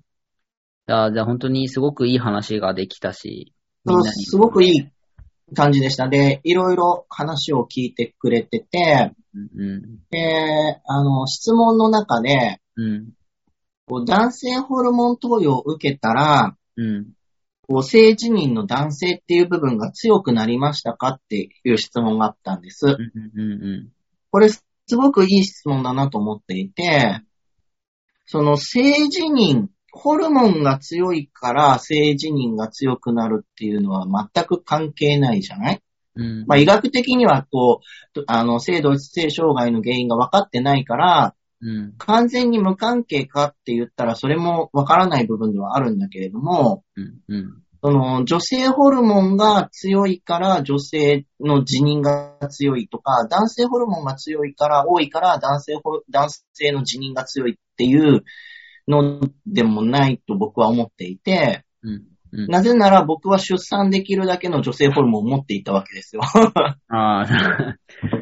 [SPEAKER 2] あじゃあ本当にすごくいい話ができたし、みん
[SPEAKER 1] そう
[SPEAKER 2] なに。
[SPEAKER 1] すごくいい感じでした。で、いろいろ話を聞いてくれてて、
[SPEAKER 2] うん
[SPEAKER 1] で、あの、質問の中で、
[SPEAKER 2] うん。うん。
[SPEAKER 1] こう男性ホルモン投与を受けたら、
[SPEAKER 2] うん。
[SPEAKER 1] こう性自認の男性っていう部分が強くなりましたかっていう質問があったんです。
[SPEAKER 2] うんうんう
[SPEAKER 1] これすごくいい質問だなと思っていて、その性自認、ホルモンが強いから性自認が強くなるっていうのは全く関係ないじゃない
[SPEAKER 2] ん。うん。
[SPEAKER 1] まあ医学的にはこう、とあの、性同一性障害の原因が分かってないから、
[SPEAKER 2] うん。
[SPEAKER 1] 完全に無関係かって言ったらそれも分からない部分ではあるんだけれども、
[SPEAKER 2] うん。うん。
[SPEAKER 1] その女性ホルモンが強いから女性の自認が強いとか、男性ホルモンが強いから多いから男性ホル男性の自認が強いっていうのでもないと僕は思っていて、
[SPEAKER 2] うん。うん。
[SPEAKER 1] なぜなら僕は出産できるだけの女性ホルモンを持っていたわけですよ。
[SPEAKER 2] ああ、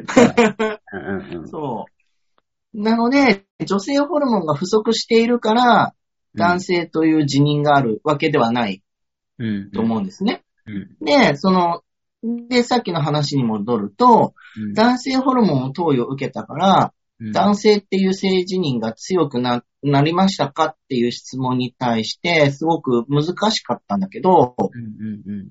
[SPEAKER 2] うんうん
[SPEAKER 1] そう。 <laughs> なので、女性ホルモンが不足しているから、男性という自認があるわけではない
[SPEAKER 2] うん。
[SPEAKER 1] と思うんですね。
[SPEAKER 2] うん。
[SPEAKER 1] で、その、で、さっきの話に戻ると、
[SPEAKER 2] うん。
[SPEAKER 1] 男性ホルモンを投与を受けたから、
[SPEAKER 2] うん、
[SPEAKER 1] 男性っていう性自認が強くな、なりましたかっていう質問に対して、すごく難しかったんだけど、
[SPEAKER 2] うんうんうん。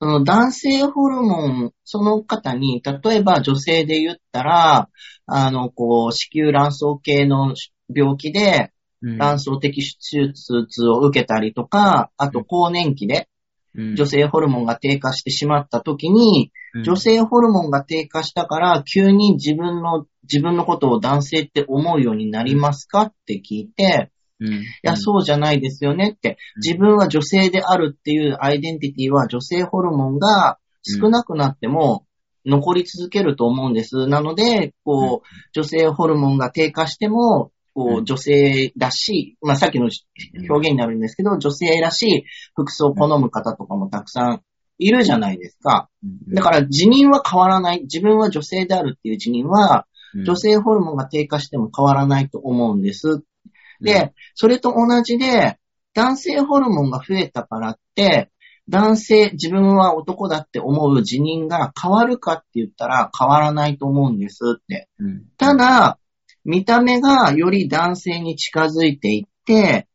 [SPEAKER 1] その男性ホルモン、その方に、例えば女性で言ったら、あの、こう、子宮卵巣系の病気で、
[SPEAKER 2] うん
[SPEAKER 1] 卵巣的手術を受けたりとか、あと更年期で女性ホルモンが低下してしまった時に、女、性ホルモンが低下したから、急に自分の、自分のことを男性って思うようになりますかって聞いて、
[SPEAKER 2] うん、い
[SPEAKER 1] いや、そうじゃないですよねって、自分は女性であるっていうアイデンティティは女性ホルモンが少なくなっても残り続けると思うんです。なので、こう、女性ホルモンが低下しても、こ
[SPEAKER 2] う
[SPEAKER 1] う、
[SPEAKER 2] ん
[SPEAKER 1] 女性らしい、まあ、さっきの表現になるんですけど、女性らしい服装を好む方とかもたくさんいるじゃないですか。だから、自認は変わらない。自分は女性であるっていう自認は、
[SPEAKER 2] ら
[SPEAKER 1] 女性ホルモンが低下しても変わらないと思うんです。
[SPEAKER 2] で、
[SPEAKER 1] で、それと同じで、男性ホルモンが増えたからって、男性、自分は男だって思う自認が変わるかって言ったら変わらないと思うんですって。
[SPEAKER 2] うん
[SPEAKER 1] た、だ、見た目がより男性に近づいていって、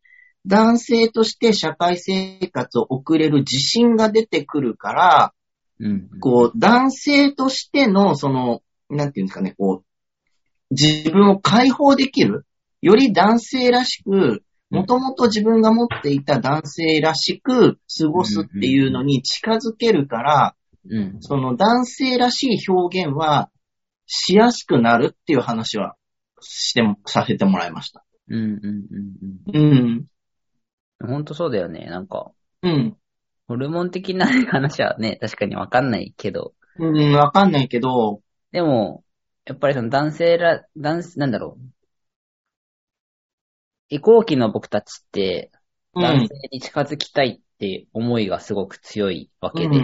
[SPEAKER 1] 男性として社会生活を送れる自信が出てくるから、
[SPEAKER 2] うん、
[SPEAKER 1] こう、男性としての、その、なんていうんですかね、こう、自分を解放できる、より男性らしく、もともと自分が持っていた男性らしく過ごすっていうのに近づけるから、
[SPEAKER 2] うん、
[SPEAKER 1] その男性らしい表現はしやすくなるっていう話はしても、させてもらいました。
[SPEAKER 2] うん、うん、うん
[SPEAKER 1] うん。
[SPEAKER 2] うん。ほんとそうだよね。なんか、
[SPEAKER 1] うん。
[SPEAKER 2] ホルモン的な話はね、確かにわかんないけど、
[SPEAKER 1] うん、わかんないけど、
[SPEAKER 2] でも、やっぱりその男性ら、男性、なんだろう。移行期の僕たちって、
[SPEAKER 1] う
[SPEAKER 2] 男
[SPEAKER 1] ん
[SPEAKER 2] 性。に近づきたいって思いがすごく強いわけで、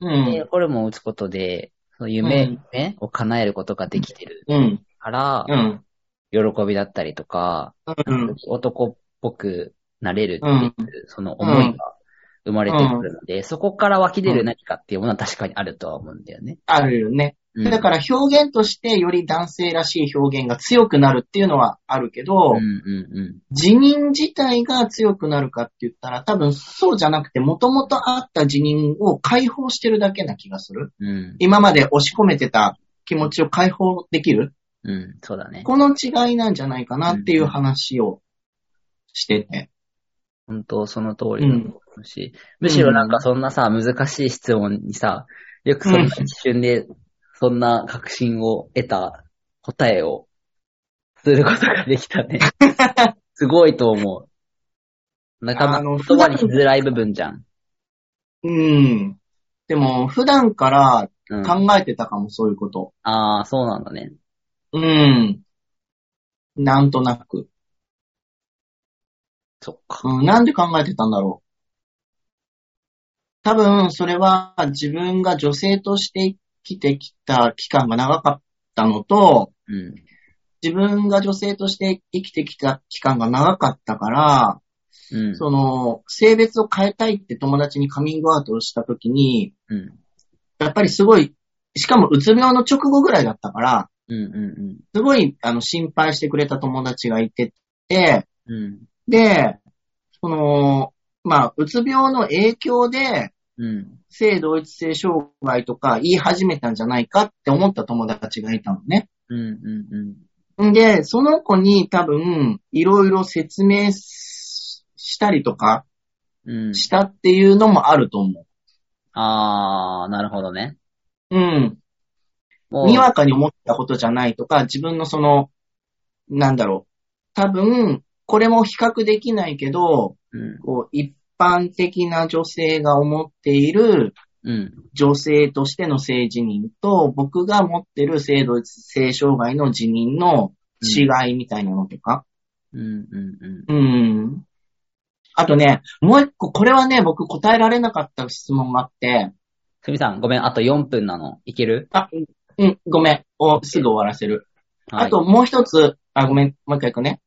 [SPEAKER 1] う
[SPEAKER 2] で
[SPEAKER 1] ん。
[SPEAKER 2] ホルモンを打つことで、その夢、
[SPEAKER 1] うん
[SPEAKER 2] 夢を叶えることができてる
[SPEAKER 1] うん。
[SPEAKER 2] から、
[SPEAKER 1] うん。
[SPEAKER 2] 喜びだったりとか、
[SPEAKER 1] うん。
[SPEAKER 2] 男っぽくなれるっていう、その思いが生まれてくるので、そこから湧き出る何かっていうものは確かにあるとは思うんだよね。
[SPEAKER 1] あるよね。
[SPEAKER 2] うん
[SPEAKER 1] だから表現としてより男性らしい表現が強くなるっていうのはあるけど
[SPEAKER 2] うん、うんうん。
[SPEAKER 1] 辞任自体が強くなるかって言ったら多分そうじゃなくて元々あった辞任を解放してるだけな気がする。
[SPEAKER 2] うん。
[SPEAKER 1] 今まで押し込めてた気持ちを解放できる
[SPEAKER 2] うん。そうだね。
[SPEAKER 1] この違いなんじゃないかなっていう話をしてて。
[SPEAKER 2] 本当その通りだと思うし、むしろなんかそんなさ、難しい質問にさ、よくそんな一瞬で、そんな確信を得た答えをすることができ
[SPEAKER 1] <laughs>
[SPEAKER 2] たね。すごいと思う。なかな
[SPEAKER 1] あ
[SPEAKER 2] か
[SPEAKER 1] の
[SPEAKER 2] 言葉にしづらい部分じゃん。
[SPEAKER 1] うん。でも普段から
[SPEAKER 2] うん、あ
[SPEAKER 1] 考えてたかもそういうこと。
[SPEAKER 2] あー、そうなんだね。
[SPEAKER 1] うん。なんとなく。
[SPEAKER 2] そっか。
[SPEAKER 1] うん、なんで考えてたんだろう。多分、それは自分が女性として生きてきた期間が長かったのと、
[SPEAKER 2] うん。
[SPEAKER 1] 自分が女性として生きてきた期間が長かったから、
[SPEAKER 2] うん。
[SPEAKER 1] その、性別を変えたいって友達にカミングアウトをした時に、
[SPEAKER 2] うん。
[SPEAKER 1] やっぱりすごい、しかもうつ病の直後ぐらいだったから、
[SPEAKER 2] うん。う
[SPEAKER 1] すごい、あの、心配してくれた友達がいてて、
[SPEAKER 2] ん。うん。
[SPEAKER 1] で、その、まあ、うつ病の影響で、
[SPEAKER 2] うん。
[SPEAKER 1] 性同一性障害とか言い始めたんじゃないかって思った友達がいたのね。
[SPEAKER 2] うん。うん。うん。
[SPEAKER 1] んで、その子に多分、いろいろ説明ししたりとか
[SPEAKER 2] うん。
[SPEAKER 1] したっていうのもあると思
[SPEAKER 2] ああ、なるほどね。
[SPEAKER 1] う。うん。
[SPEAKER 2] もう
[SPEAKER 1] にわかに思ったことじゃないとか、自分のその、なんだろう。多分、これも比較できないけど、
[SPEAKER 2] うん。
[SPEAKER 1] こう、一般的な女性が思っている
[SPEAKER 2] うん。
[SPEAKER 1] 女性としての性自認と、僕が持ってる性同一性障害の自認の違いみたいなのとか。
[SPEAKER 2] うん。うん。うん。
[SPEAKER 1] うん。あとね、もう一個、これはね、僕答えられなかった質問があって、
[SPEAKER 2] すみさん、ごめん、あと4分なの。いける
[SPEAKER 1] あ、うん、ごめん、おすぐ終わらせる。
[SPEAKER 2] はい
[SPEAKER 1] あともう一つ、あ、ごめん、もう一回行くね。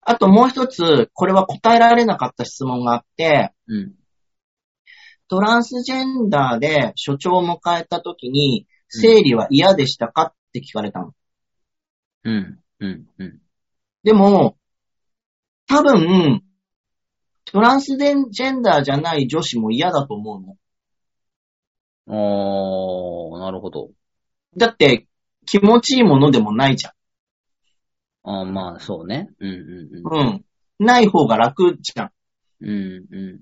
[SPEAKER 1] あともう一つ、これは答えられなかった質問があって、
[SPEAKER 2] うん。
[SPEAKER 1] トランスジェンダーで所長を迎えた時に、生理は嫌でしたかって聞かれたの。
[SPEAKER 2] うん。うん。うん。
[SPEAKER 1] でも、多分、トランスジェンダーじゃない女子も嫌だと思うの。
[SPEAKER 2] おー、なるほど。
[SPEAKER 1] だって、気持ちいいものでもないじゃん。
[SPEAKER 2] あーまあ、そうね。うん。う
[SPEAKER 1] うん。ない方が楽じゃん。
[SPEAKER 2] ん。うん。う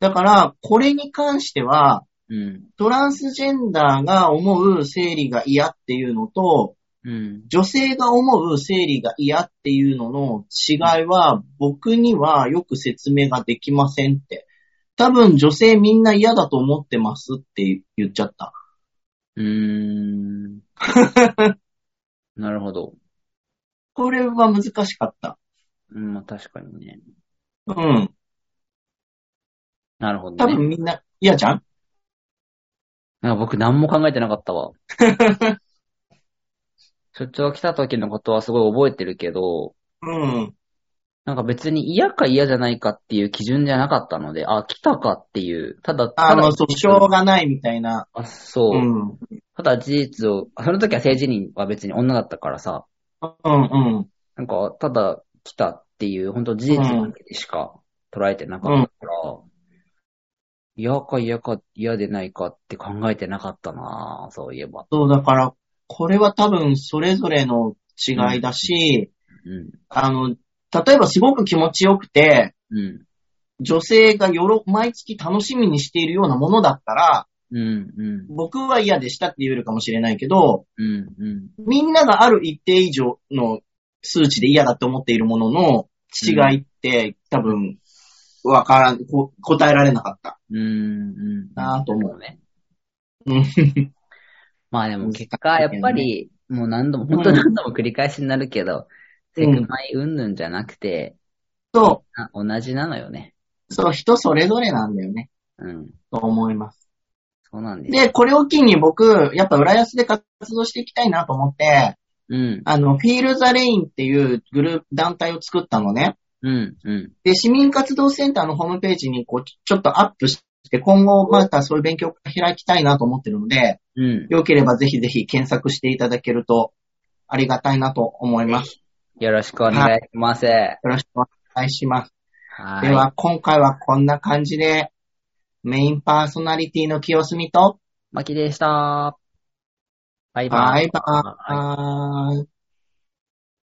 [SPEAKER 1] だから、これに関しては、
[SPEAKER 2] ん。うん。
[SPEAKER 1] トランスジェンダーが思う生理が嫌っていうのと、
[SPEAKER 2] うん。
[SPEAKER 1] 女性が思う生理が嫌っていうのの違いは、僕にはよく説明ができませんって。多分女性みんな嫌だと思ってますって言っちゃった。
[SPEAKER 2] う
[SPEAKER 1] <laughs>
[SPEAKER 2] ーん。なるほど。
[SPEAKER 1] これは難しかった。
[SPEAKER 2] うん、まあ確かにね。
[SPEAKER 1] うん。
[SPEAKER 2] なるほど
[SPEAKER 1] 多
[SPEAKER 2] ね。
[SPEAKER 1] 分みんな嫌じゃん
[SPEAKER 2] なんか僕何も考えてなかっ
[SPEAKER 1] <laughs>
[SPEAKER 2] たわ。所長来た時のことはすごい覚えてるけど、
[SPEAKER 1] うん。
[SPEAKER 2] なんか別に嫌か嫌じゃないかっていう基準じゃなかったので、あ、来たかっていう、ただ、
[SPEAKER 1] あ
[SPEAKER 2] ただ
[SPEAKER 1] の、訴訟がないみたいな。
[SPEAKER 2] あ、そうう。
[SPEAKER 1] ん。うん
[SPEAKER 2] ただ事実を、あその時は性自認は別に女だったからさ、
[SPEAKER 1] うん。
[SPEAKER 2] なんか、ただ来たっていう、本当事実だけでしか捉えてなかったから、嫌か嫌か嫌でないかって考えてなかったなぁそういえば。
[SPEAKER 1] そう、だから、これは多分それぞれの違いだし、
[SPEAKER 2] うん。
[SPEAKER 1] あの、例えばすごく気持ちよくて、
[SPEAKER 2] うん。
[SPEAKER 1] 女性がよろ、毎月楽しみにしているようなものだったら、
[SPEAKER 2] うん。うん。
[SPEAKER 1] 僕は嫌でしたって言えるかもしれないけど、
[SPEAKER 2] うん。うん。
[SPEAKER 1] みんながある一定以上の数値で嫌だって思っているものの違いって、多分、わからん、こ答えられなかった。
[SPEAKER 2] うん。うん。
[SPEAKER 1] なぁと思う
[SPEAKER 2] ね
[SPEAKER 1] うん。
[SPEAKER 2] まあでも結果、やっぱり、もう何度も、本当に何度も繰り返しになるけど、
[SPEAKER 1] う
[SPEAKER 2] セ
[SPEAKER 1] ん
[SPEAKER 2] クマイ云々じゃなくて、
[SPEAKER 1] そ
[SPEAKER 2] あ同じなのよね。
[SPEAKER 1] う、そう、人それぞれなんだよね、
[SPEAKER 2] うん。
[SPEAKER 1] と思います。
[SPEAKER 2] そうなんです。
[SPEAKER 1] で、これを機に僕、やっぱ浦安で活動していきたいなと思って、
[SPEAKER 2] うん。
[SPEAKER 1] あの、フィールザレインっていうグループ、団体を作ったのね。
[SPEAKER 2] うん。うん。
[SPEAKER 1] で、市民活動センターのホームページに、こう、ちょちょっとアップして、今後またそういう勉強を開きたいなと思ってるので、
[SPEAKER 2] うん。
[SPEAKER 1] よければぜひぜひ検索していただけるとありがたいなと思います。
[SPEAKER 2] よろしくお願いします。は
[SPEAKER 1] よろしくお願いします。
[SPEAKER 2] い。
[SPEAKER 1] では、今回はこんな感じで、メインパーソナリティの清澄と、
[SPEAKER 2] マキでした。バイバイ。
[SPEAKER 1] バイバ
[SPEAKER 2] は
[SPEAKER 1] ーイ。